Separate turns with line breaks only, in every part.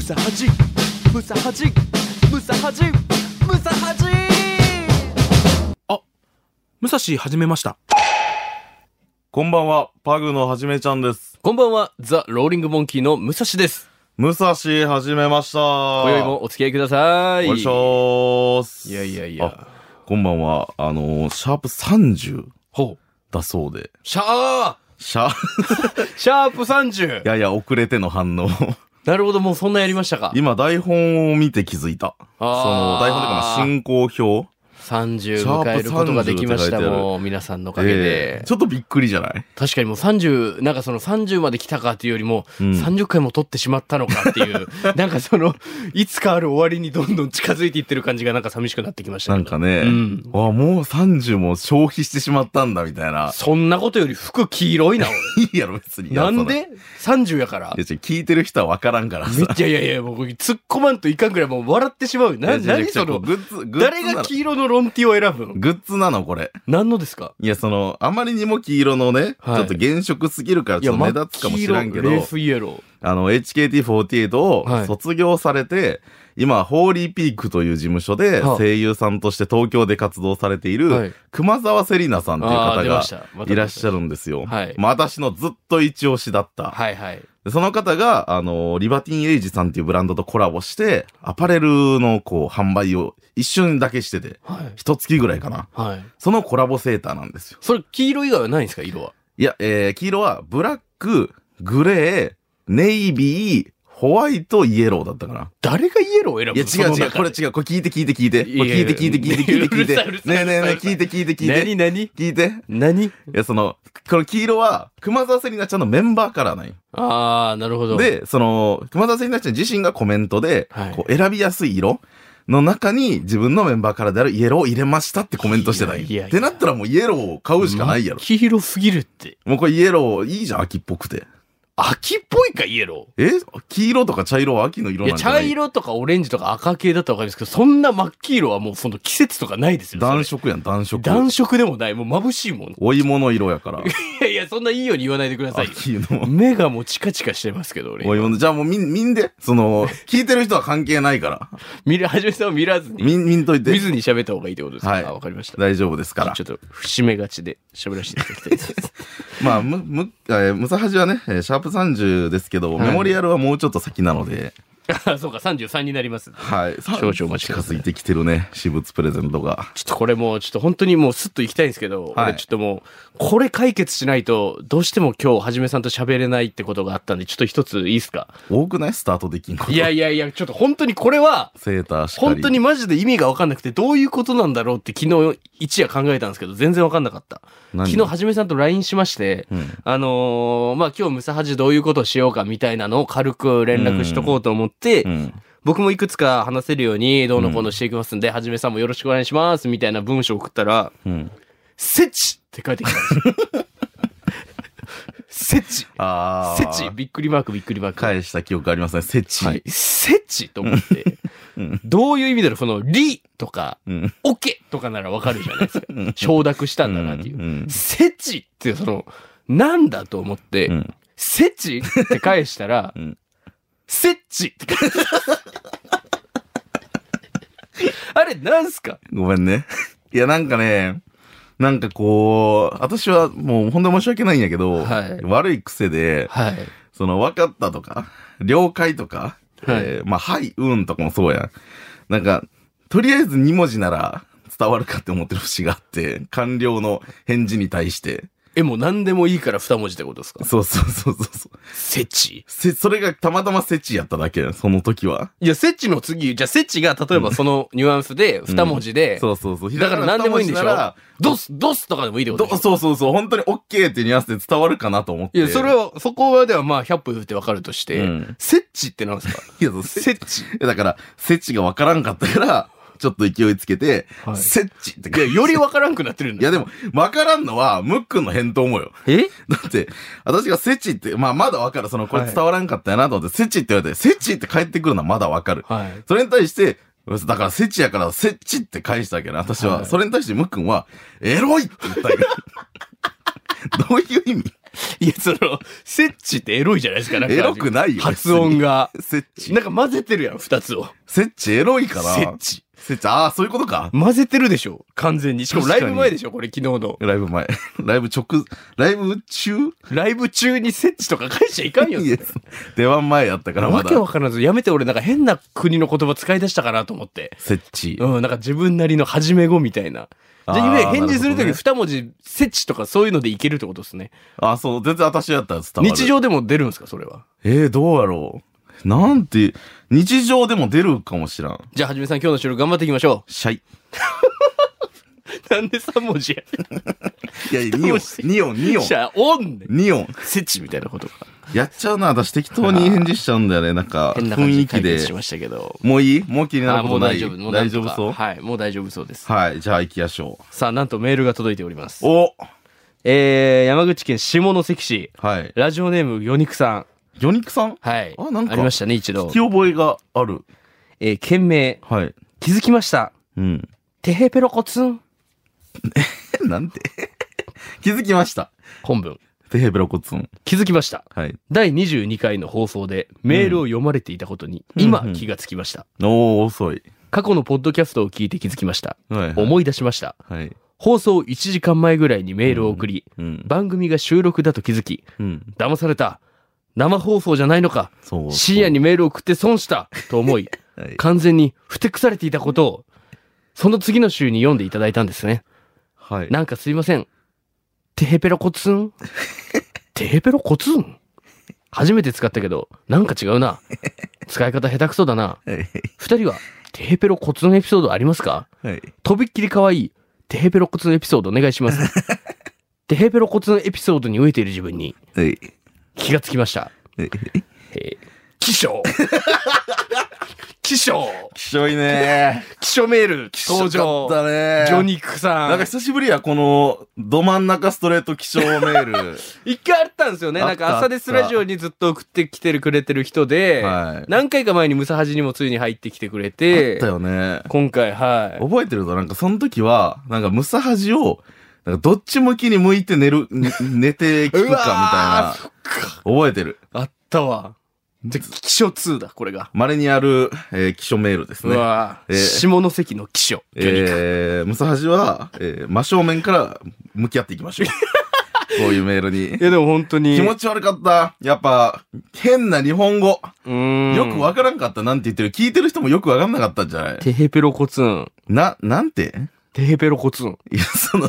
サハジムサハジムサハジムサハジ
武蔵始めました。
こんばんは、パグのはじめちゃんです。
こんばんは、ザ・ローリング・モンキーの武蔵です。
武蔵始めました。
今宵もお付き合いください。
お願いします。
いやいやい
あ
や。
こんばんは、あのーシャープ30
ほう。
だそうで。
シャー
シャ、い
シャープ 30!
やいや、遅れての反応。
なるほど、もうそんなやりましたか。
今、台本を見て気づいた。そ
あ
の、
ー
台本というかまあ、進行表。
30迎えることができました、
シャープ30って書いてある
もう皆さんのおかげ
え
で
ー。ちょっとびっくりじゃない
確かにもう30、なんかその30まで来たかっていうよりも、
うん
30回も撮ってしまったのかって いう、なんかその、いつかある終わりにどんどん近づいていってる感じがなんか寂しくなってきました
な
けど
んかね、
うん
あ、もう30も消費してしまったんだ、みたいな。
そんなことより服黄色いな、俺。
い いやろ、別に。
なんで ?30 やから
い。や違う聞いてる人は分からんからさ。
めっちゃいやいや、もう突っ込まんといかんぐらいもう笑ってしまうよ。な、
いや
何
違う違う
その、
グッズ、グッズな
誰
の
が黄色のロンティを選ぶの
グッズなのこれ。
何のですか
いや、その、あまりにも黄色のね、
はい
ちょっと原色すぎるから、ちょっと目立つかもしらんけど、
レースイエロー。
あの、HKT48
は
を
い
卒業されて、今、ホーリーピークという事務所で
はあ
声優さんとして東京で活動されてい
は
る
い、
熊沢セリナさんという
あー
方
出
が
ましたまた出ました
いらっしゃるんですよ。
はい
まあ、私のずっと一押しだった。
はいはい。
でその方が、あの、リバティンエイジさんっていうブランドとコラボして、アパレルのこう、販売を一瞬だけしてて、
はい。
一月ぐらいかな。
はい。
そのコラボセーターなんですよ。
それ、黄色以外はないんですか色は。
いや、えー、黄色は、ブラック、グレー、ネイビー、ホワイト、イエローだったかな。
誰がイエローを選
い
ぶ
や、
のそ
違う
の中
違う、
で
これ違う、これ聞いて聞いて聞いて。こ
いやいや
れ聞いて聞いて聞いて聞いて聞いう
るさい
て
うる。さい
ねえねえ
う
ねえ、
るさい
聞いて聞いて聞
何
いて。
何
聞いて。
何
いや、その、この黄色は、熊沢セリナちゃんのメンバーからない。
ああ、なるほど。、
で、その、熊田セリナちゃん自身がコメントで、
はい
こう選びやすい色の中に自分のメンバーからであるイエローを入れましたってコメントしてない。
いやいやいや
ってなったらもうイエローを買うしかないやろ。
黄色すぎるって。
もうこれイエローいいじゃん、秋っぽくて。
秋っぽいか、イエロー。
え黄色とか茶色は秋の色
い
な
や、
んじゃな
茶
い
色とかオレンジとか赤系だったらわかるんですけど、そんな真っ黄色はもうその季節とかないですよ。それ
暖色やん、暖色。
暖色でもない。もう眩しいもん。い
お芋の色 やから。
やいや、そんないいように言わないでくださいよ。
秋の。
目がもうチカチカしてますけど、俺。
お芋の、じゃあもうみん、みんで、そ の、聞いてる人は関係ないから。
見る、はじめさんを見らずに、
みん、みんとい
見
て。
ずに喋った方がいいってことですか
はい
あわかりました。
大丈夫ですから
ちょ。っと、節目がちで喋らせていただきたいです。
まあ、む、む、えームサハジはね、えーシャープ30ですけど、
はい
メモリアルはもうちょっと先なので、
あそうか、33になります。
はい。少
々お待ちく
近
ださ
づ
い
いてきてるね、私物プレゼントが。
ちょっとこれもう、ちょっと本当にもうスッと行きたいんですけど、
はい
俺ちょっともう、これ解決しないと、どうしても今日はじめさんと喋れないってことがあったんで、ちょっと一ついいですか
多くないスタートできんこ と。
いやいやいや、ちょっと本当にこれは、
セーターしかり。
本当に。マジで意味が分かんなくて、どういうことなんだろうって昨日一夜考えたんですけど、全然分かんなかった。
何
昨日はじめさんと LINE しまして、
うん。
あのーまあ、今日ムサハジどういうことしようかみたいなのを軽く連絡しとこうと思って、
うん。
僕もいくつか話せるようにどうのこうのしていきますんで、はじめさんもよろしくお願いしますみたいな文章を送ったら、
うん。
セチって書いてきたんですよ。セチ
あ
セ
ー
チびっくりマークびっくりマーク。
返した記憶ありますね。セチ。
はい。セチと思って、どういう意味だろうその、リとか、
うん。
オケとかならわかるじゃないですか。承諾したんだなっていう。
うんうん
セチってその、なんだと思って、
うん。
セチって返したら、
ん
セッチって返した。あれ、なんすか
ごめんね。 いや、なんかね、なんかこう、私はもう本当に申し訳ないんやけど、
はい
悪い癖で、
はい。
その、分かったとか、了解とか、
はい
えーまあ、はい、うんとかもそうやん。なんか、とりあえず2文字なら伝わるかって思ってる節があって、官僚の返事に対して。
え、もう何でもいいから二文字ってことですか
そうそうそうそうそう。
セッチ
せ、それがたまたまセチやっただけやんその時は。
いや、セッチの次、じゃあセッチが例えばそのニュアンスで二文字で、
そうそうそう。
だから何でもいいんでし
ひ
ょ
らがな
ドス、ドスとかでもいいってこと
ど
でしょ
そうそうそう、本当に OK っていうニュアンスで伝わるかなと思って。
いや、それは、そこまではまあ、100歩言ってわかるとして、
うん
セッチってなんですか
いや、そう
セ
せ
ッチ。
いやだから、セチがわからんかったから、 ちょっと勢いつけて、
はい
セッチって
いや、よりわからんくなってるん
い
だ
や
よ。
でも、わからんのは、ムックンの返答もよ。
え
だって、私がセチって、まあまだわかる。その、これ伝わらんかったよなと思って、セチって言われて、セチって返ってくるのはまだわかる。
はい。
それに対して、だからセチやからセチって返したわけど私は、
はい
それに対してムックンは、エロいって言ったわけど。どういう意味
いや、その、セッチってエロいじゃないですか。なんか
エロくないよ
発音が。
セッチ。
なんか混ぜてるやん、二つを。
セッチエロいから。
セッ。チ。
セッチ、ああ、そういうことか。
混ぜてるでしょ、完全に。しかもライブ前でしょ、これ昨日の。
ライブ前。 ライブ直、ライブ中
ライブ中にセッチとか返しちゃいかんよ。
いや出番前やったからま
わ
だ
け。わからず、やめて俺なんか変な国の言葉使い出したかなと思って。
セッチ。
うん、なんか自分なりの始め語みたいな。じゃあ、ゆえ
あー
返事すると
な
き
るほ
二文字、セッチとかそういうのでいけるってことですね。
ああ、そう、全然私やったら伝わる。
日常でも出るんですか、それは。
えー、どうやろう。なんて、日常でも出るかもしらん。
じゃあ、はじめさん今日の収録頑張っていきましょ
シャイ。
う。 なんで三文字や
い や、ニオン、ニオン、ニオン
じ。ゃあ、オンね
ニオン。
セッチみたいなことか。
やっちゃうな、私適当に返事しちゃう んだよね。なんか、
変な感
雰
じで
囲気
解
で
決。しましたけど。
もういいもう気にな
あ
るこ
も
と
う
な
大
い。
丈夫。もうなんと
大丈
か
夫そう
はい、もう大丈夫そうです。
はい、じゃあ行きましょ
さあ、なんとメールが届いております
う。。お
えー、山口県下関市、
はい。
ラジオネーム、魚肉さん。
魚肉さん
はい。
あなんか
ありましたね、一度
聞き。覚えがある。
えー、件名、
はい。
気づきました。
うん。
てへぺろこつん。
なんて気づきました。
本文。
テヘベロコツン。
気づきました。
はい。
第22回の放送でメールを読まれていたことに、今
うんうん
気がつきました。
おー、遅い。
過去のポッドキャストを聞いて気づきました。
はい、はい。
思い出しました。
はい。
放送1時間前ぐらいにメールを送り、
うん。
番組が収録だと気づき、
うん。
騙された。生放送じゃないのか。
そう。
深夜にメールを送って損した。と思い、
そう。はい。
完全にふてくされていたことを、その次の週に読んでいただいたんですね。
はい。
なんかすいません。テヘペロコツン テヘペロコツン初めて使ったけど、なんか違うな。使い方下手くそだな。
はい。
二人は、テヘペロコツンエピソードありますか
はい。
とびっきり可愛い、テヘペロコツンエピソードお願いします。 テヘペロコツンエピソードに飢えている自分に
はい。
気がつきました。
はい
えー、気 象気象
きしょいね
気象メール
ー。
登場
きしょかったねー。
ジョニックさん。
なんか久しぶりや、この、ど真ん中ストレート気象メ ー
一回あったんですよね。
あった
なんか朝ですラジオにずっと送ってきてるくれてる人で、
ル。はい。
何回か前にムサハジにもついに入ってきてくれ
あ
て
った、よね。
今回、はい。
覚えてるぞ。なんかその時は、なんかムサハジを、なんかどっち向きに向いて寝る、ね寝て聞くかみたいう
わ
な。覚えてる。
あったわ。じゃ、気象2だ、これが。
稀にある、えー、気象メールです
う
ね。
わ、
えー
下関の気象。魚肉
えー、ムサハジは、えー、真正面から向き合っていき ましょう。こういうメールに
い。や、でも本当に。
気持ち悪かった。やっぱ、変な日本語。
うーん
よくわからんかった。なんて言ってる。聞いてる人もよくわかんなかったんじゃない
テヘペロコツン。
な、なんて
テヘペロコツン。
いや、その、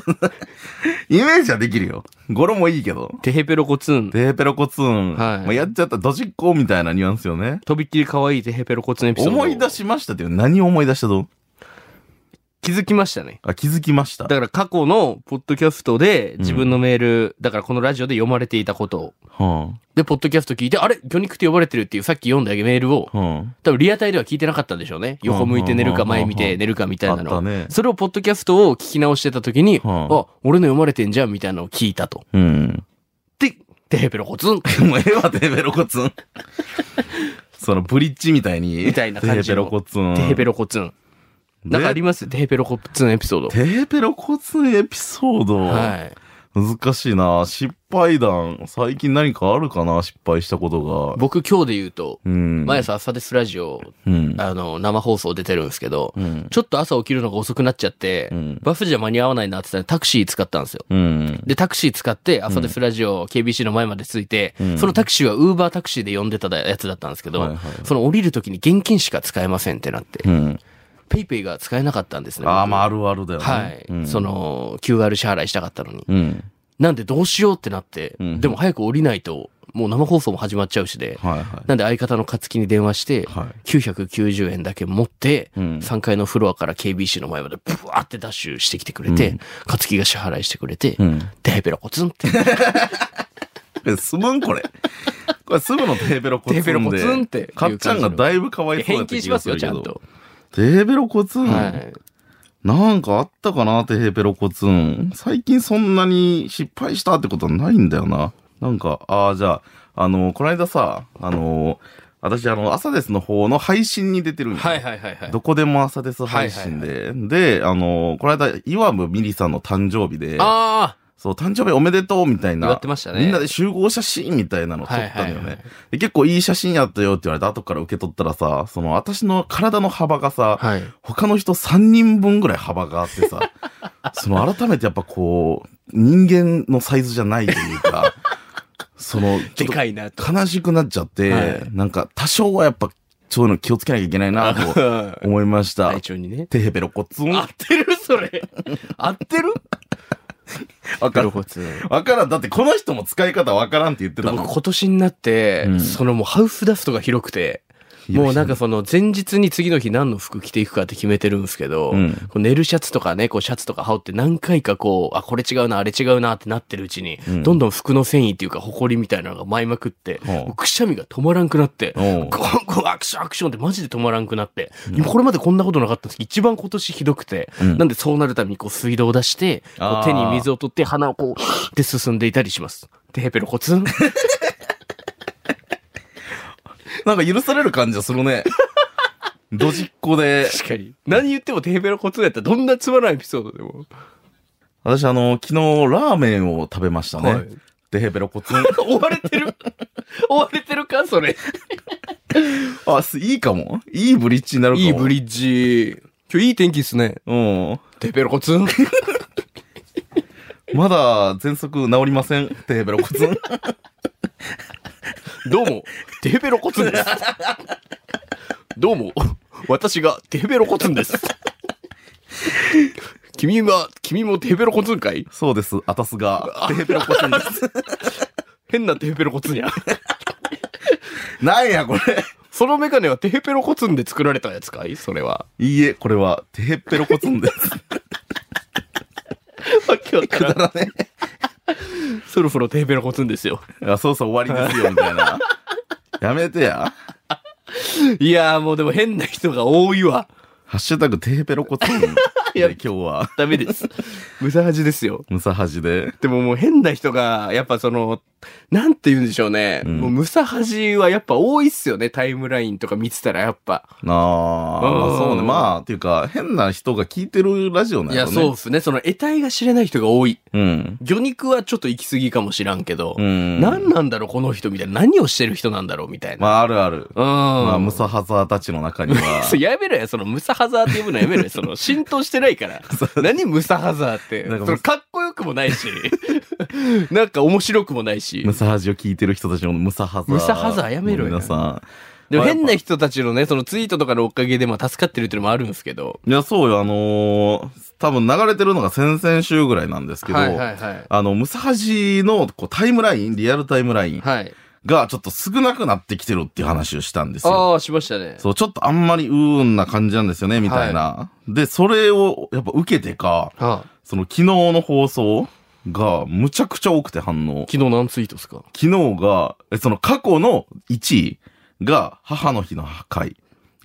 イメージはできるよ。語呂もいいけど。
テヘペロコツン。
テーペロコツ
はい
ン。まあ、やっちゃったドジっ子みたいなニュアンスよね。
とびっきり可愛いテヘペロコツンエピソード。
思い出。しましたっていう何を思い出したと
気づきましたね。
あ、気づきました。
だから過去のポッドキャストで自分のメール、だからこのラジオで読まれていたことを。
は
で、ポッドキャスト聞いて、あれ魚肉って呼ばれてるっていうさっき読んだメールを
あ、、は
多分リアタイでは聞いてなかったんでしょうね。横向いて寝るか前見て寝るかみたいな
あ
の
ったね
それをポッドキャストを聞き直してた時に、あ
は
俺の読まれてんじゃんみたいなのを聞いたと。
あ、うん。
で、テヘペロコツン
もうええわ、テーペロコツン。そのブリッジみたいに。
みたいな感じの
テーペロコツン。
テヘペ
ロ。
ロコツン。なんかありますテヘペロコツンエピソード。
テーペロコツンエピソード。
はい。
難しいな失敗談。最近何かあるかな失敗したことが。
僕今日で言うと、
うん。
毎朝朝ですラジオ、
うん。
あの、生放送出てるんですけど、
うん。
ちょっと朝起きるのが遅くなっちゃって、
うん
バスじゃ間に合わないなって言ったらタクシー使ったんですよ。
うん。
で、タクシー使って、朝ですラジオ、KBC の前まで着いて、
うん
そのタクシーはウーバータクシーで呼んでたやつだったんですけど、
はいはい
その降りるときに現金しか使えませんってなって、
うん。
ペイペイが使えなかったんですね。
ああ、まああ
る。
るあるだよね。
はい。
うん
そ、の、QR 支払いしたかったのに。
うん。
なんでどうしようってなって、
うん
でも早く降りないと、もう生放送も始まっちゃうしで、
はいはい。
なんで相方の勝木に電話して、
はい
990円だけ持って、
うん
3階のフロアから KBC の前までブワーってダッシュしてきてくれて、勝木が支払いしてくれて、
うん。
テヘペロコツン って、
え、すむんこれ。これすむのテーペロコツンで。
テーペロコツンっていう
かっちゃんがだいぶかわいそうだ
返
った
金
気
し
が
ますす
る
よ、
け
ちゃ
ど
ん。と。
テーペロコツン、
はい。
なんかあったかなテーペロコツン。最近そんなに失敗したってことはないんだよな。なんか、ああ、じゃあ、あの、この間さ、あの、私、あの、朝ですの方の配信に出てるんよ
はいはいはいはい。
どこでも朝です配信で。で、あの、この間、岩部みりさんの誕生日で、
あ
そう、誕生日おめでとうみたいな。
祝ってましたね
みんなで集合写真みたいなの撮ったのよね。で結構いい写真やったよって言われて、後から受け取ったらさ、その私の体の幅がさ、
はい。
他の人3人分ぐらい幅があって さ、その改めてやっぱこう、人間のサイズじゃないというか、その、ちょっと
いな。
悲しくなっちゃって、
はい
なんか多少はやっぱそういうの気をつけなきゃいけないなと思いました。
体調にね。
テヘペロコツン。
合ってるそれ。合ってる
わか
ベ
る
ロ。コツン。
わからん。だってこの人も使い方わからんって言って
で
た
も
もん。
今年になって、
うん
そのもうハウスダストが広くて、もうなんかその前日に次の日何の服着ていくかって決めてるんですけど、
うん
こう寝るシャツとかね、こうシャツとか羽織って何回かこう、あ、これ違うな、あれ違うなってなってるうちに、
うん
どんどん服の繊維っていうか埃みたいなのが舞いまくって、
ほう
もうくしゃみが止まらんくなって、
おう
こうこうアクションアクションってマジで止まらんくなって、これまでこんなことなかったんですけど、一番今年ひどくて、
うん
なんでそうなるためにこう水道を出して、こ
あー
う手に水を取って鼻をこう、で進んでいたりします。テヘペロコツン。
なんか許される感じがするね。ドジっ子で。
確かに。何言ってもテヘペロコツンやったらどんなつまらないエピソードでも。
私あの、昨日ラーメンを食べましたね。
はい
テヘペロコツン。
追われてる追われてるかそれ。
あ、すいいかも。いいブリッジになるかも。
いいブリッジ。今日いい天気ですね。
うん。
テヘペロコツン。
まだ喘息治りません。テヘペロコ ツン。
どうも、テヘペロコツンです。どうも、私がテヘペロコツンです。君は、君もテヘペロコツンかい
そうです。あたすが。テヘペロコツンです。
変なテヘペロコツンや。
なんや、これ。
そのメガネはテヘペロコツンで作られたやつかいそれは。
いいえ、これは、テヘペロコツン です。
わけわからね。そろそろテヘペロコツンですよ。
あ、そうそう、終わりですよ、みたいな。やめてや。
いやーもうでも変な人が多いわ。
ハッシュタグ、テヘペロコツン。で
や
今日は、
ダメです。無駄恥ですよ。
ムサハジで。
でももう変な人が、やっぱその、なんて言うんでしょうね。
うん
もうムサハジはやっぱ多いっすよね。タイムラインとか見てたらやっぱ。
なあ、ま
うん
あそうね。まあ、っていうか、変な人が聞いてるラジオなん
い
や
や、
ろね。
そうっすね。その得体が知れない人が多い。
うん。
魚肉はちょっと行き過ぎかもしらんけど、
うん。
何なんだろうこの人みたいな。何をしてる人なんだろうみたいな。
まあ、あるある。
うん。
まあ、ムサハザーたちの中に は
そ。うやめろよ、そのムサハザーって呼ぶのやめろよ、その浸透してないから。何ムサハザーって。
なんか
そのかっこよくもないし、 なんか面白くもないし
ム。サハジを聞いてる人たちのムサハザー。
ムサハザーやめろよ
皆さ
でも
まあやっぱ
変な人たちのね、そのツイートとかのおかげでまあ助かってるっていうのもあるんですけど。
ん。いや、そうよ。あのー多分流れてるのが先々週ぐらいなんですけど、
はいはいはい。
あの、ムサハジのこうタイムライン、リアルタイムライン
はい。
がちょっと少なくなってきてるっていう話をしたんですよ。
ああ、しましたね。
そう、ちょっとあんまりうーんな感じなんですよね、みたいな。で、それをやっぱ受けてか、
はあ、
その昨日の放送がむちゃくちゃ多くて反応。
昨日何ツイートですか
昨日が、えその過去の1位が母の日の破壊。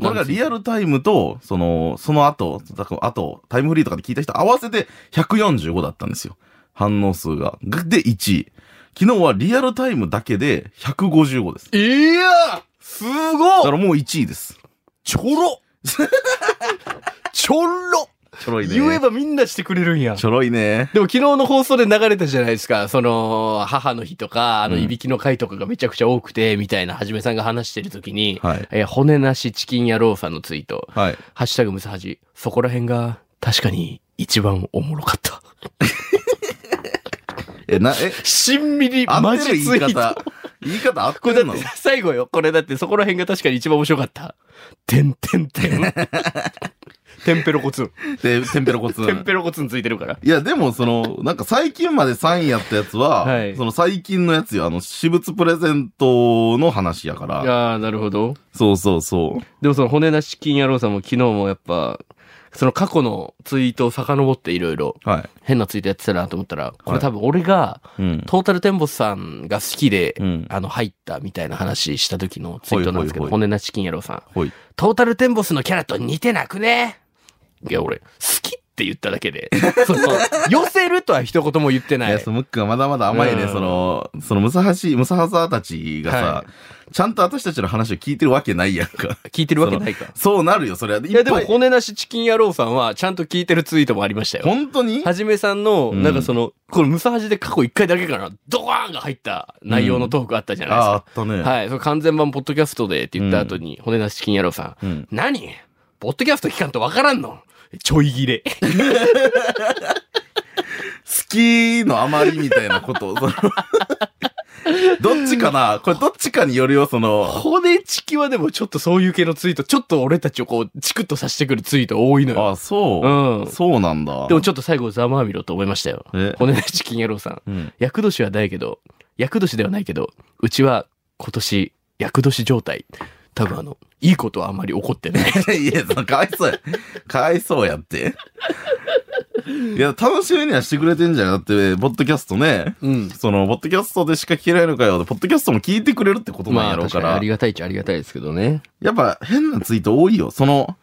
これがリアルタイムと、その、その後、だからあと、タイムフリーとかで聞いた人合わせて145だったんですよ。反応数が。で、1位。昨日はリアルタイムだけで155です。
いやす
だ
ご
か
っ
らもう1位です。
ちょろちょろ
ちょろい ね。
言えばみんなしてくれるんや。
ちょろいね。
でも昨日の放送で流れたじゃないですか。その、母の日とか、あの、
うん
いびきの回とかがめちゃくちゃ多くて、みたいなはじめさんが話してるときに、
はい。
えー骨なしチキン野郎さんのツイート、
はい。
ハッシュタグムサハジ、そこら辺が確かに一番おもろかった。
え、な、え、
しんみり、
合
マ
っ
ジ
て
ツ
る言い
イート。
方。言い方合っ
こ
て
れ
る
だっ
の
て最後よ。これだってそこら辺が確かに一番面白かった。てんてんて ん。テンペロコツン。
で、テンペロコツン。
テンペロコツンついてるから。
いや、でも、その、なんか最近まで3位やったやつは、
はい
その最近のやつよ、あの、私物プレゼントの話やから。
ああ、なるほど。
そうそうそう。
でもその骨なし金野郎さんも昨日もやっぱ、その過去のツイートを遡っていろいろ
は
変なツイートやってたなと思ったら、これ多分俺が
い。うん。
トータルテンボスさんが好きで、
うん
あの入ったみたいな話した時のツイートなんですけど、
ほいほいほ
骨
い
なし金野郎さん。
ほい。
トータルテンボスのキャラと似てなくねいや、俺、好きっって言っただけで。 その、寄せるとは一言も言ってないい。
や、そのムックがまだまだ甘いね、
うん
その、そのムサハシ、ムサハザーたちがさ、
は
ちゃんと私たちの話を聞いてるわけないやんか。
聞いてるわけないか。
そうなるよ、それは。
いや、でも
っぱい
骨なしチキン野郎さんは、ちゃんと聞いてるツイートもありましたよ。
本当に
はじめさんの、
うん
なんかその、このムサハジで過去一回だけかな、ドワーンが入った内容のトークあったじゃないです
ああ
か。
ったね。
はい。その完全版ポッドキャストでって言った後に、骨なしチキン野郎さん、
うん。
何ポッドキャスト聞かんとわからんのちょい切れ。
好きのあまりみたいなこと。その どっちかなこれどっちかによるよ、その。
骨チキはでもちょっとそういう系のツイート、ちょっと俺たちをこう、チクッとさせてくるツイート多いのよ。
あ、そう。
うん
そうなんだ。
でもちょっと最後ざまあみろと思いましたよ
え。
骨なしチキン野郎さん。
うん、
厄年はないけど、厄年ではないけど、うちは今年、厄年状態。多分あの、いいことはあんまり起こってない。
いや、そのかわいそうや。かわいそうやって。いや、楽しみにはしてくれてんじゃん。だって、ポッドキャストね。
うん。
その、ポッドキャストでしか聞けないのかよ。ポッドキャストも聞いてくれるってことなん
ま
や
あ、
ろう
確
か。
からにありがたいっちゃありがたいですけどね。
やっぱ変なツイート多いよ。その、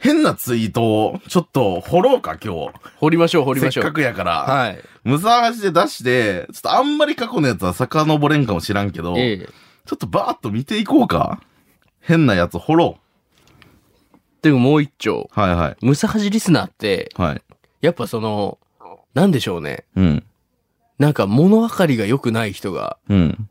変なツイートを、ちょっと、掘ろうか、今
掘りましょう、掘り
日。
まし
せっ
ょ
か
う。
くやから。
はい。
無駄足で出して、ちょっとあんまり過去のやつは遡れんかもしらんけど、
ええ。
ちょっとバーッと見ていこうか。変なやつ掘ろ
でももう一丁。
う。はいはい。
ムサハジリスナーって、
はい。
やっぱその、なんでしょうね。
うん。
なんか物分かりが良くない人が
うん。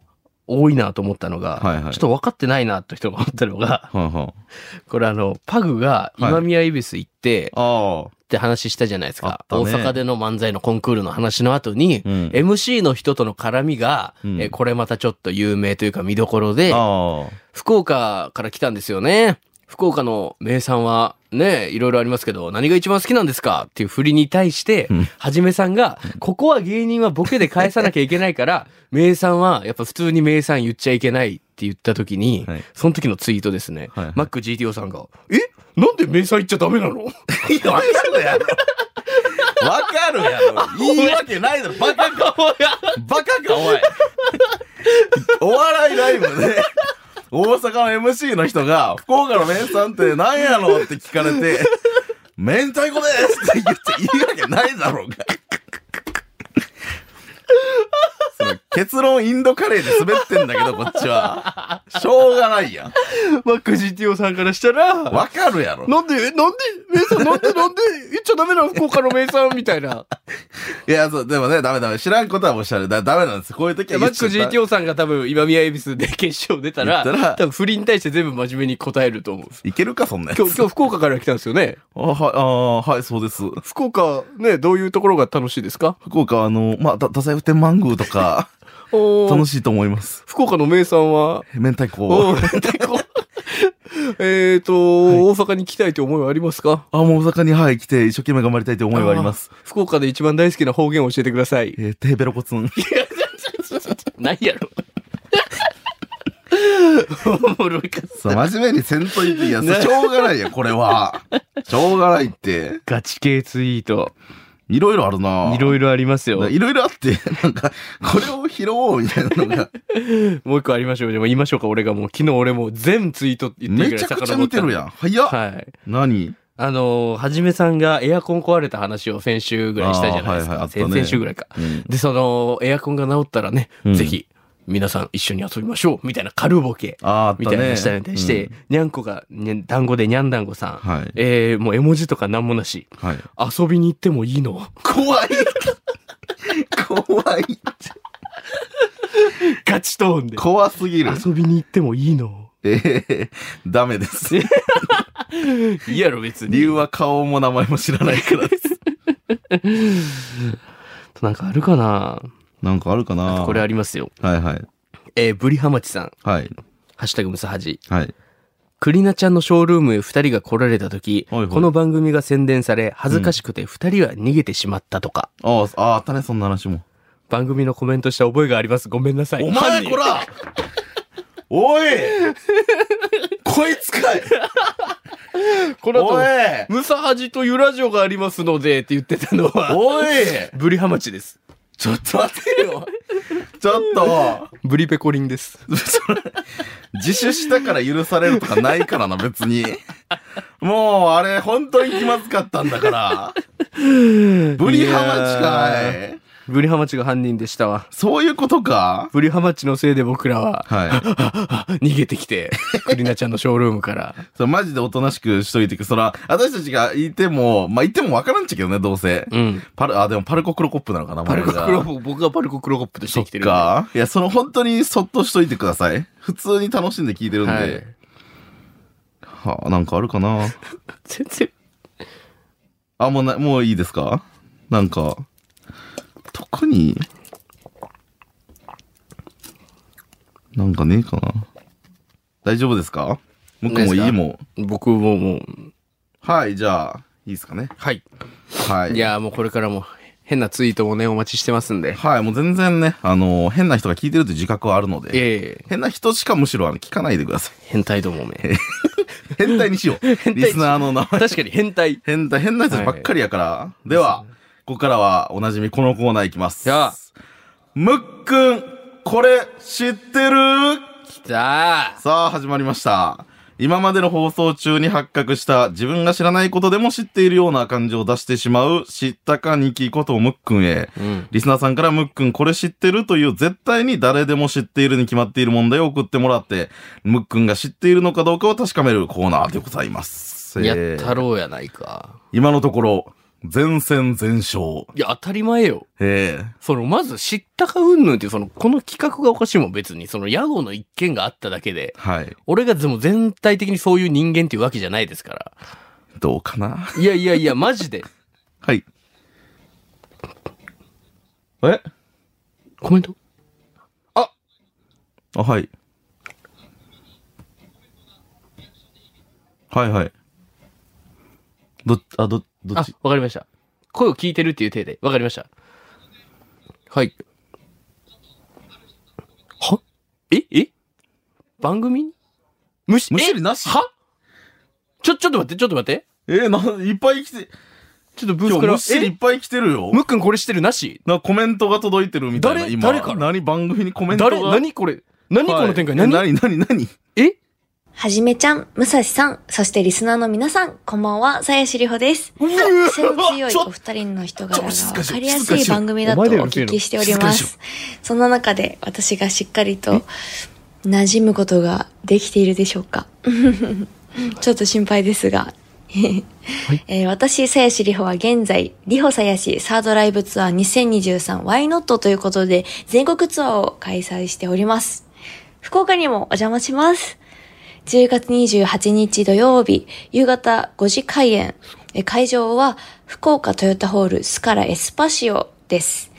多いなと思ったのが、
はいはい
ちょっと分かってないなと人が思ったのが、
はいはい。
これあの、パグが今宮恵比寿行って、
ああ。
って話したじゃないですか。
あった
大
ね
阪での漫才のコンクールの話の後に、
うん
MC の人との絡みが、
うん
えーこれまたちょっと有名というか見どころで、
ああ。
福岡から来たんですよね。福岡の名産はね、いろいろありますけど、何が一番好きなんですかっていう振りに対して、
うん
はじめさんが、ここは芸人はボケで返さなきゃいけない から、名産はやっぱ普通に名産言っちゃいけないって言った時に、
はい
その時のツイートですね、
はいはい
マック GTO さんが、えなんで名産言っちゃダメなの
いや、わかるやろ。わかるやろ。言い訳ないだろ。バカか。バカか、おい。お笑いライブで、大阪の MC の人が、福岡の名産って何やろって聞かれて、明太子ですって言って言い訳ないだろうが。その結論インドカレーで滑ってんだけど、こっちは。しょうがないやん。
マック GTO さんからしたら、
わかるやろ。
なんで、なんで、名産、なんで、なんで、言っちゃダメなの福岡の名産みたいな。
いや、そう、でもね、ダメダメ。知らんことはもうしゃれ。だダメなんです。こういう時は
マ
言
ッ
っち
ク
ゃった。
GTO さんが多分、今宮恵比寿で決勝出たら、
言ったら
多分、不倫に対して全部真面目に答えると思う。
いけるか、そんなや つ。
今日、今日福岡から来たんですよね。
あ、はい、あーはい、そうです。
福岡、ね、どういうところが楽しいですか
福岡は、あの、まあ、だ太宰府天満宮 とか、楽
楽し
しいと思います。
福岡の名産は、
明太子
お。ー えっと、大阪に来たいという思いはありますか
あ、もう大阪に、はい、来て、一生懸命頑張りたいという思いはあります。
あー。福岡で一番大好きな方言を教えてください。
えー、テーベロコツン。
ないやろ。 おもろいか
さあ、真面目にせんといて、いや、
ね
しょうがないや、こ れは。しょうがないって。
ガチ系ツイート。
いろいろあるない
ろいろありますよ。
いろいろあって、なんか、これを拾おうみたいなのが、
もう一個ありましょう。でも言いましょうか、俺がもう。昨日俺もう全ツイート言ってるぐ
め
らい
ちゃくちゃ見てるや
ん。
ん。早っ。
はい。
何
あのーはじめさんがエアコン壊れた話を先週ぐらいしたじゃないですか。
あーはいはいあったね
先々週ぐらいか。
うん
で、その、エアコンが治ったらね、
うん
ぜひ、皆さん一緒に遊びましょう、みたいな軽ボケ。
あーあったね
みたいな話に対して、
う
にゃんこが、ね、団子でにゃん団子さん。
はい
えーもう絵文字とかなんもなし。
はい。
遊びに行ってもいいの
怖い怖い
ガチトーンで。
怖すぎる。
遊びに行ってもいいの
えー、ダメです。
いいやろ、別に。
理由は顔も名前も知らないからです。
なんかあるかな
なんかあるかな
これありますよ。
はいはい。
えー、ブリハマチさん。
はい。
ハッシュタグムサハジ。
はい。
クリナちゃんのショールームへ二人が来られた時、
はいはい
この番組が宣伝され、恥ずかしくて二人は逃げてしまったとか、
あーあー、あったね、そんな話も。
番組のコメントした覚えがあります。ごめんなさい。
お前こらおいこいつかい
この
おい
後、ムサハジとユラジオがありますので、って言ってたのは、
おい
ブリハマチです。
ちょっと待てよちょっと
ブリペコリンです。
自首したから許されるとか ないからな、別に。もう、あれ、本当に気まずかったんだから。 ブリハマチかい
ブリハマチが犯人でしたわ。
そういうことか
ブリハマチのせいで僕らは、
は い。
逃げてき て、クリナちゃんのショールームから。
それマジでおとなしくしといてく。そら、私たちがいても、まあ、いてもわからんっちゃけどね、どうせ。
うん。
パル、あ、でもパルコクロコップなのかな、
パルコ
名前が
クロコップ、僕がパルコクロコップとして生きてるんで。
そっか。いや、その本当にそっとしといてください。普通に楽しんで聞いてるんで。
はい
はあ、なんかあるかな
全然。
あ、もうな、もういいですかなんか、特に、なんかねえかな。大丈夫ですか僕もういいもう。
僕ももう、
はい、じゃあ、いいですかね。
はい。
はい。
いやーもうこれからも変なツイートもね、お待ちしてますんで。
はい、もう全然ね、あの変な人が聞いてるという自覚はあるので、
ええ
変な人しかむしろあの聞かないでくださ
変態どもめ。
い。 変態にしよう。リスナーの名前
確かに変態。い
変態、変なやつばっかりやから。では、ここからはおなじみこのコーナーいきます。
やあ
むっくん、これ知ってる
た
さあ、始まりました。今までの放送中に発覚した自分が知らないことでも知っているような感情を出してしまう知ったかにきことむっくんへ。
うん。
リスナーさんからムックンこれ知ってるという絶対に誰でも知っているに決まっている問題を送ってもらって、ムックンが知っているのかどうかを確かめるコーナーでございます。
や
えー
ったろうやないか。
今のところ、全戦全勝。
いや、当たり前よ。
ええ
その、まず知ったかうんぬんっていう、その、この企画がおかしいもん、別に。その、野号の一件があっただけで。
はい。
俺がでも全体的にそういう人間っていうわけじゃないですから。
どうかな
いやいやいや、マジで。
はい。え
コメント
あ、はい。はいはい。どっ、あ、ど、ど
あ
っち、
わかりました。声を聞いてるっていう体で。わかりました。はい。はええ番組にむし、
むし
え
りなし
はちょ、ちょっと待って、ちょっと待って。
えー、な、いっぱい来て、
ちょっとブースか
今日む
ら
っ。しりいっ
え
ぱい来てるよ。
むっくんこれしてるなし
なコメントが届いてるみたいな。
誰
今
誰から
何番組にコメントが
誰何これ何この展開、
はい
何
え何何何
え
はじめちゃん、むさしさん、そしてリスナーの皆さん、こんばんは、さやしりほです。癖の強いお二人の人柄が分かりやすい番組だとお聞きしております。そんな中で私がしっかりと馴染むことができているでしょうか ちょっと心配ですが。 えー私、さやしりほは現在、りほさやしサードライブツアー 2023Why Not ということで全国ツアーを開催しております。福岡にもお邪魔します。10月28日土曜日、夕方5時開演。え会場は福岡トヨタホールスカラエスパシオです。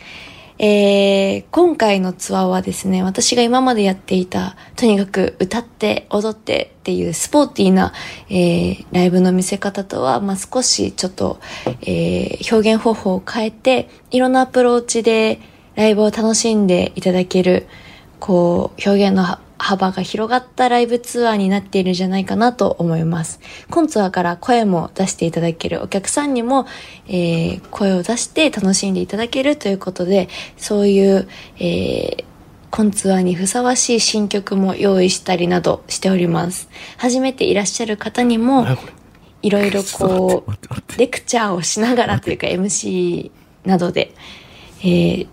えー今回のツアーはですね、私が今までやっていた、とにかく歌って踊ってっていうスポーティーな、えーライブの見せ方とは、まあ、少しちょっと、えー表現方法を変えて、いろんなアプローチでライブを楽しんでいただける、こう、表現のは幅が広がったライブツアーになっているんじゃないかなと思います。今ツアーから声も出していただけるお客さんにも、えー声を出して楽しんでいただけるということで、そういう、えー今ツアーにふさわしい新曲も用意したりなどしております。初めていらっしゃる方にも、いろいろこう、レクチャーをしながらというか MC などで、えー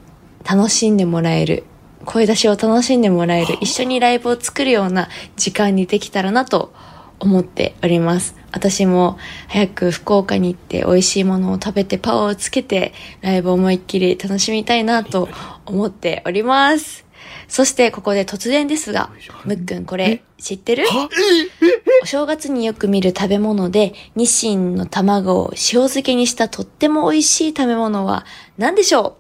楽しんでもらえる、声出しを楽しんでもらえる、一緒にライブを作るような時間にできたらなと思っております。私も早く福岡に行って美味しいものを食べてパワーをつけてライブを思いっきり楽しみたいなと思っております。そしてここで突然ですが、むっくんこれ知ってるお正月によく見る食べ物で、ニシンの卵を塩漬けにしたとっても美味しい食べ物は何でしょ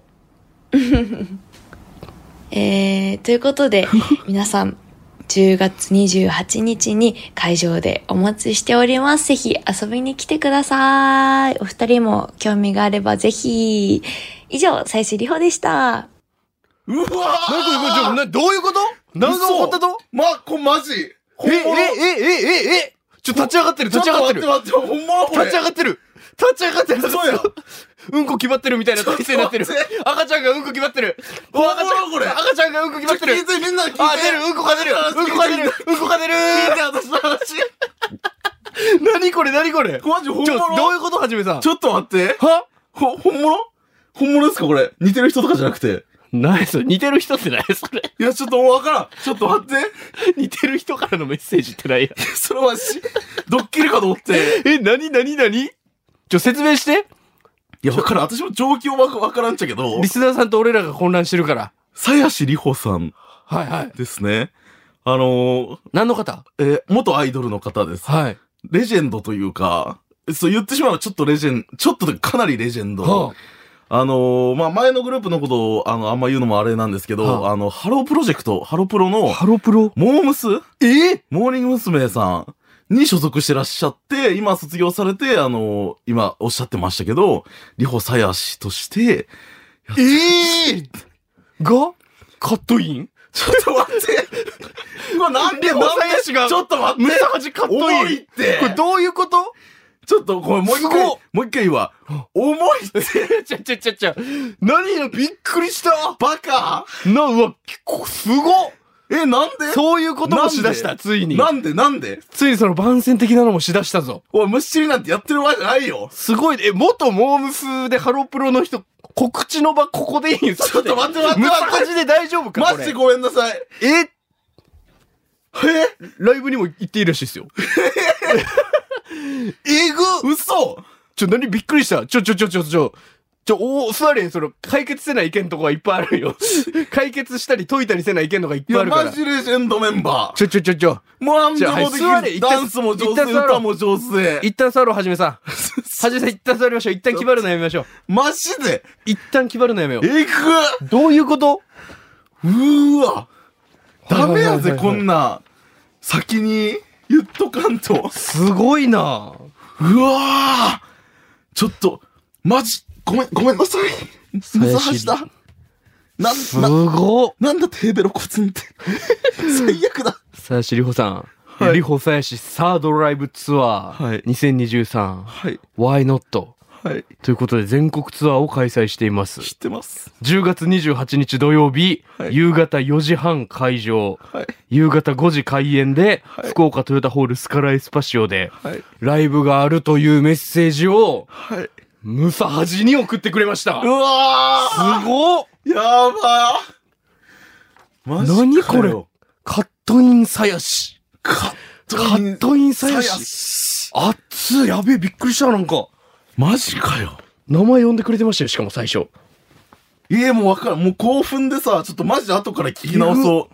う えー、ということで、皆さん、10月28日に会場でお待ちしております。ぜひ遊びに来てください。お二人も興味があればぜひ。以上、最終里穂でした。
う
何こ
わー
れこれちょなどういうこと何が起こったと
ま、こ、マジ
え、
本
え、
物
え、え、え、え、え、ちょ、立ち上がってる、立ち上がってる
ち。ょっと待って待って、ほんまこれ
立ち上がってる立ち上がってる
嘘やん
うんこ決まってるみたいな体勢になってる
ちょっと待っ
赤ちゃんがうんこ決まってる
お
赤ちゃん
これ
赤ちゃんがうんこ決まってる
ちょ聞いてみんな聞いて
あ、出るうんこが出るうんこが出るうんこが出る
私の話
何これ何これ
マジ本
ちょ、
物
どういうことはじめさん
ちょっと待って。
は
ほ、本物本物ですかこれ。似てる人とかじゃなくて。
何それ似てる人って何それ
いや、ちょっともうわからん。ちょっと待って。
似てる人からのメッセージってないや。
それはし、ドッキリかと思って。
え、何何何ちょ、説明して。
いや、わからん。私も状況はわからんっちゃけど
リ、スナーさんと俺らが混乱してるから。
鞘師里穂さん
はいはい。
ですね。あのー
何の方
えー元アイドルの方です。
はい。
レジェンドというか、そう言ってしまえばちょっとレジェン、ちょっとというかかなりレジェンド。
は
あのーまあ、前のグループのことを、あの、あんま言うのもあれなんですけど、
は
あ、の、ハロープロジェクト、ハロプロの、
ハロプロ
モームスえモーニング娘。さんに所属してらっしゃって、今卒業されて、あのー今おっしゃってましたけど、リホサヤシとして、ええ
がカットイン
ちょっと待 ってうわ、なんで、
リホ
なん
サヤシ
で、
が
ちょっと待っ
ム
て
サハジカット
重い
イン
って
これどういうこと
ちょっと、これもう一
す
回
ごっ、
もう一回言うわ。重いって、
ちゃちゃちゃちゃ。何よ、びっくりした
バカ
な、うわ、結構すごっ
え、なんで
そういうこともしだし
な
た、
んで
ついに。
なんでなんで
ついにその番宣的なのもしだしたぞ。
おい、むっしりなんてやってるわけじゃないよ。
すごいね、え、元モームスでハロプロの人、告知の場ここでいいん
ちょっと待って待って
ムサ
待
ハ
って。
ジで大丈夫か
マジでごめんなさい。
これえ
え
ライブにも行っていいらしいですよ。えぐ
嘘
ちょ、何びっくりした。ちょ、ちょ、ちょ、ちょ、ちょ。ちょ、おー、座れ、その、解決せない意見とかがいっぱいあるよ。 解決したり解いたりせない意見とかいっ
い
ぱいあ
や、
るから。
マジレジェンドメンバー。
ちょ、ちょ、ちょ、ちょ。
もう何
じ
でもで
ゃあはい座
き
れ
る。ダンスも上手、
一旦座ろう
歌も上手で。
一旦座ろう、はじめ さん。はじめさん、一旦座りましょう。一旦気張るのやめましょう。
マジで
一旦気張るのやめよう。
えぐ
どういうこと
うーわ。ダメ
はいはい
やぜ、
はいはい
こんなん。先に言っとかんと。
すごいな
うわーちょっと、マジ、ごめん、ごめんなさい。水橋だ。なん、
す
な、
ごっ
なんだテーベロコツンって。 最悪だ。
さやしりほさん。
い
りほさやしサードライブツアー、
はい
2023、
はい、
Why Not?
はい、
ということで全国ツアーを開催しています。
知ってます。
10月28日土曜日、
はい
夕方4時半会場、
はい、
夕方5時開演で、
はい
福岡トヨタホールスカラエスパシオで、
はい、
ライブがあるというメッセージを、
はい。
ムサハジに送ってくれました。
う
す
わー
ごっ
やばーマジかよ
何これカットインさやし。
カッ
カ
トイン
ットインさ
さ
や
や
し。
し
あっつやべえ、びっくりした、なんか。
マジかよ。
名前呼んでくれてましたよ、しかも最初。
いえ、もうわからん。もう興奮でさ、ちょっとマジで後から聞き直そ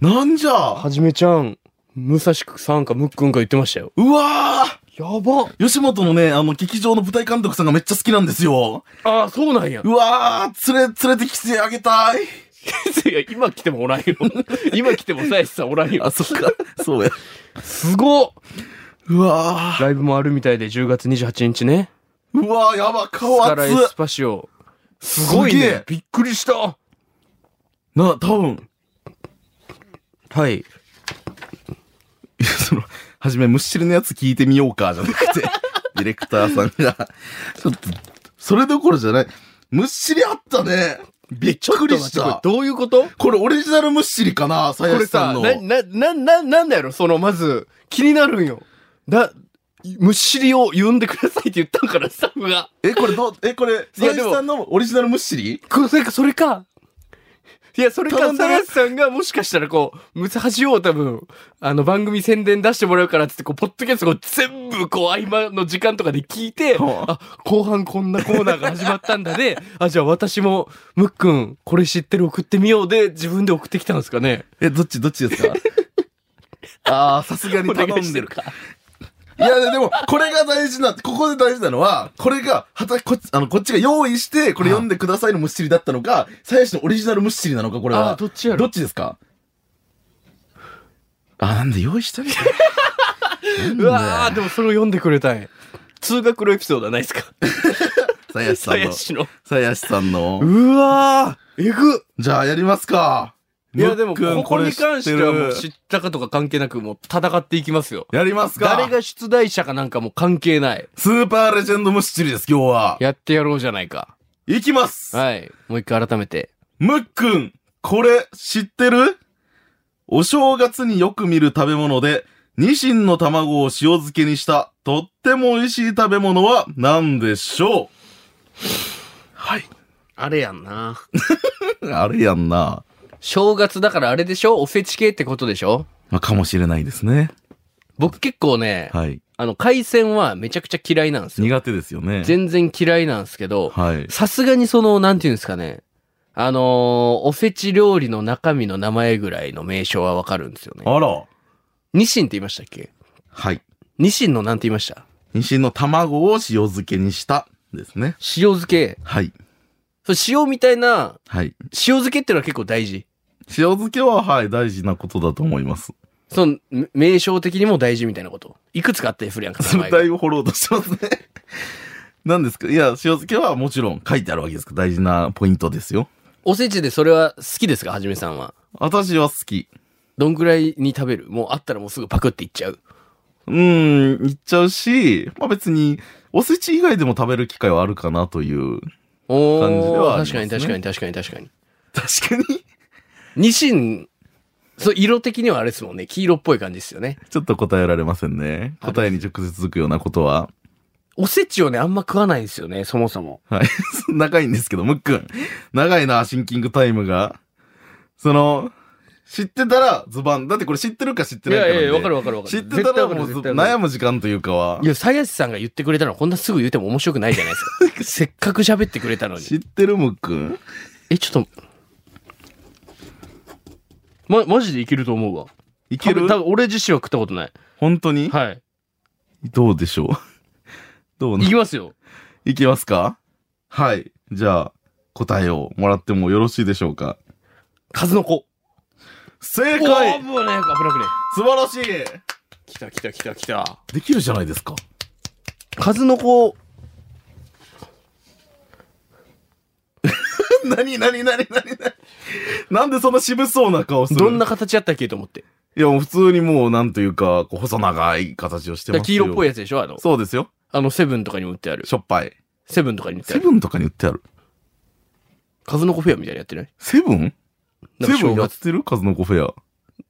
う。なんじゃ
はじめちゃん、武蔵さんかムックンか言ってましたよ。
うわー
やば
吉本のね、あの、劇場の舞台監督さんがめっちゃ好きなんですよ。
ああ、そうなんや。
うわー、連れ、連れてきてあげたい。
いや、今来てもおらんよ。今来てもさやしさんおらんよ。
そっか。そうや。
すごっ
うわー。
ライブもあるみたいで、10月28日ね。
うわー、やば、顔
スカラ
熱
エ
っ。
スパシオ。すごい
すげ
ね
え。
びっくりした。
な、多分。
はい。
いや、その、はじめ、むっしりのやつ聞いてみようか、じゃなく て、ディレクターさんが、ちょっと、それどころじゃない。むっしりあったね。びっくりし
ちょっと待ったて。これどういうことこ
これオリジナルむっしりかな、さや
れ
しさ
さ、
んの。
な、な、な、な、なんだやろその、まず、気になるんよ。だ、むっしりを呼んでくださいって言ったんから、スタッフが。
え、これどう、え、これ、さやし
でも
さんのオリジナルむっしり
こそれか、それか。いや、それ
頼
か、
んだ
サ
よ
ラスさんがもしかしたらこう、ムサハジを多分、あの番組宣伝出してもらうからっつって、こう、ポッドキャストを全部こう、合間の時間とかで聞いて、
は
あ、後半こんなコーナーが始まったんだで、あ、じゃあ私も、ムックン、これ知ってる送ってみようで、自分で送ってきたんですかね。
え、どっち、どっ ちですかああ、さすがに頼
お願い
ん
して
でる
る。か。
いや、でも、これが大事な、ここで大事なのは、これが、はた、こっち、あの、こっちが用意して、これ読んでくださいのむっしりだったのか、さやしのオリジナルむっしりなのか、これ
あ
は。
ーどっちやろ
どっちですかあ、なんで用 意したみたい
うわー、でもそれを読んでくれたい。通学路エピソードはないですか
さやしさ
さ
ん
や
の。
しの。
さやしさんの。
うわー、えぐっ
じゃあ、やりますか。
いやでも
むっく
こ
ん
こに関してはもう
これ知
知
ってる
ったかとか関係なくもう戦っていきますよ。
やりますか。
誰が出題者かなんかもう関係ない。
スーパーレジェンドむっしりです、今日は。
やってやろうじゃないか。
いきます。
はい。もう一回改めて。
むっくん、これ知ってるお正月によく見る食べ物で、ニシンの卵を塩漬けにした、とっても美味しい食べ物は何でしょうはい。
あれやんな。
あれやんな。
正月だからあれでしょおせち系ってことでしょ
まあ、かもしれないですね。
僕結構ね、
はい。
あの、海鮮はめちゃくちゃ嫌いなんですよ。
苦手ですよね。
全然嫌いなんですけど、
はい。
さすがにその、なんていうんですかね。あのーおせち料理の中身の名前ぐらいの名称はわかるんですよね。
あら。
ニシンって言いましたっけ
はい。
ニシンのなんて言いました
西の卵を塩漬けにした。ですね。
塩漬け。
はい。
それ塩みたいな、
はい。
塩漬けってのは結構大事。
塩漬けは、はい、大事なことだと思います。
その、め名称的にも大事みたいなこと。いくつかあったりするやんか。名前が
だいぶ掘ろうとしてますね。 何ですかいや、塩漬けはもちろん書いてあるわけですから大事なポイントですよ。
おせちでそれは好きですかはじめさんは。
私は好き。
どんぐらいに食べるもうあったらもうすぐパクっていっちゃう。
うーん、言っちゃうし、まあ別に、おせち以外でも食べる機会はあるかなという。
お
感じではあり
ー、
ます
確かに
ね
確かに確かに確かに。
確かに、
ニシン、そう、色的にはあれですもんね。黄色っぽい感じですよね。
ちょっと答えられませんね。答えに直接つくようなことは。
おせちをね、あんま食わないんですよね、そもそも。
はい。長いんですけど、むっくん。長いな、シンキングタイムが。その、知ってたらズバン。だってこれ知ってるか知ってないかなんで。
わかるわ
知ってたらもうず悩
む。、
む時間というかはい
や、鞘師さんが言ってくれたのはこんなすぐ言うても面白くないじゃないですか。せっかく喋ってくれたのに。
知ってるむっくん
え、ちょっと。ま、マジでいけると思うわ。
いける
多分多分俺自身は食ったことない。
本当に
はい。
どうでしょう どうない
きますよ。
いきますかはい。じゃあ、答えをもらってもよろしいでしょうか
数の子。
正
おー
解
危ない危なくね
素晴らしい
え。来た来た来た来た。
できるじゃないです か。
数の子、
なになになになになになんでそんな渋そうな顔する
どんな形やったっけと思って。
いや、もう普通にもう、なんというか、こう細長い形をして
だか
ま
ら
す
黄色っぽい
い。
やつでしょあの、
そうですよ。
あの、セブンとかにも売ってある
し。ょっぱい。
セブンとかに売ってある。
セブンとかに売ってある。
数の子フェアみたいなのやってない
セブン
なんか
セブ
正
ンやっ
月、
てる数の子フェア。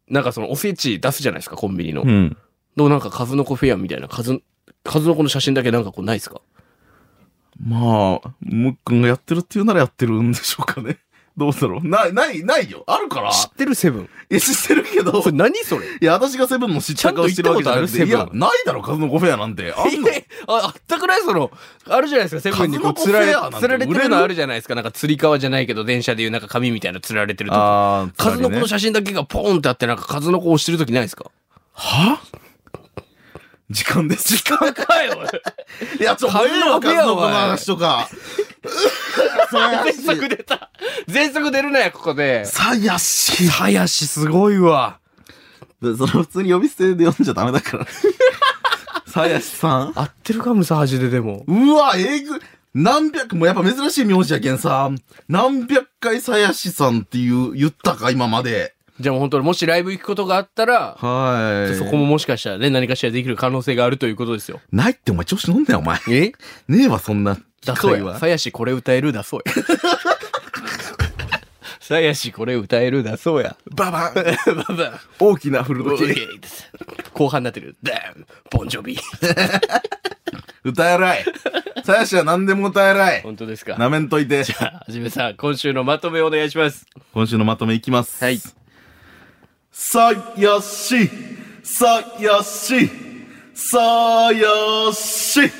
なんかそのおせち出すじゃないですか、コンビニの。
う
で
ん。
もなんか数の子フェアみたいな、数、数の子の写真だけなんかこうないですか
まあ、ムックンがやってるって言うならやってるんでしょうかね。 どうだろう。ない、ない、ないよ。あるから。
知ってるセブン。
いや、知ってるけど
そ。れ何それ
いや、私がセブンの知った顔してるわけじゃなく
ちゃ
て。
ん
い
と行った
や
こ、とあるセブン
ないだろ、数の子フェアなんて。あんの
あ、あったくないその、あるじゃないですか、セブンにこう
数
釣
の
ら
子
れ
フェアなん、て
釣られて
売れ
る
る
のあるじゃないですか。なんか釣り革じゃないけど、電車でいうなんか紙みたいな釣られてるとき。
あー、
数の子の
つまりね
写真だけがポーンってあって、なんか数の子押して るときないですか
は時間です。時間
かよ
いや、ちょ、
数
早い
の
わ、
子フ
数
ェア
の
は
子の話とか。
全速出た全速出るなや、ここで。
さやし。
林すごいわ。
その普通に呼び捨てで読んじゃダメだ から。さやしさん
合ってるか、ムサハジででも。
うわ、えぐ、何百、もうやっぱ珍しい名字やけんさ、何百回さやしさんっていう、言ったか、今まで。
じゃあもう本当にもしライブ行くことがあったら、
は
そこももしかしたらね、何かしらできる可能性があるということですよ。
ないってお前調子乗んなよ、お前。
え
ねえわ、そんな。
だそう
機会
や。
は
さやしこれ歌えるだそうや。 さやしこれ歌えるだそうや。
ババン
ババ
大きなフル
ン
ドキ。
後半になってる。ダンボンジョビ。
歌えらい。さやしは何でも歌え らい。
本当ですか。
なめんといて。
はじめさん、今週のまとめお願いします。
今週のまとめいきます。
はい。
さやし、さやし、さやし。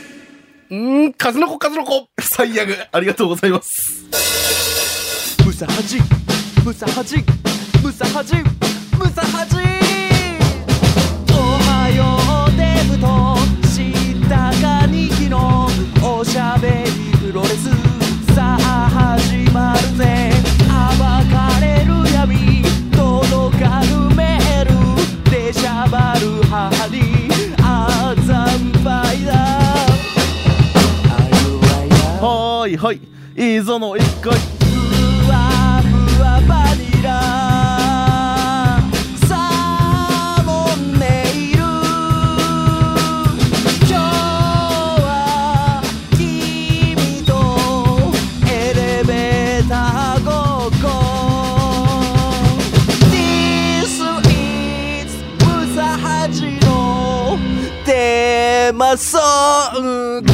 うん、数の子数の子。
最悪。ありがとうございます。
ムサハジムサハジムサハジムサハジおはようデブとしたかにきのおしゃべりプロレスさあ始まるぜ暴かれる闇届かぬメールでしゃばる母にあざんぱいだあゆわや
はーいはい。いいぞの一回。
ふわふわバニラサーモンネイル今日は君とエレベーターごっこ This is ムサハジのテーマソング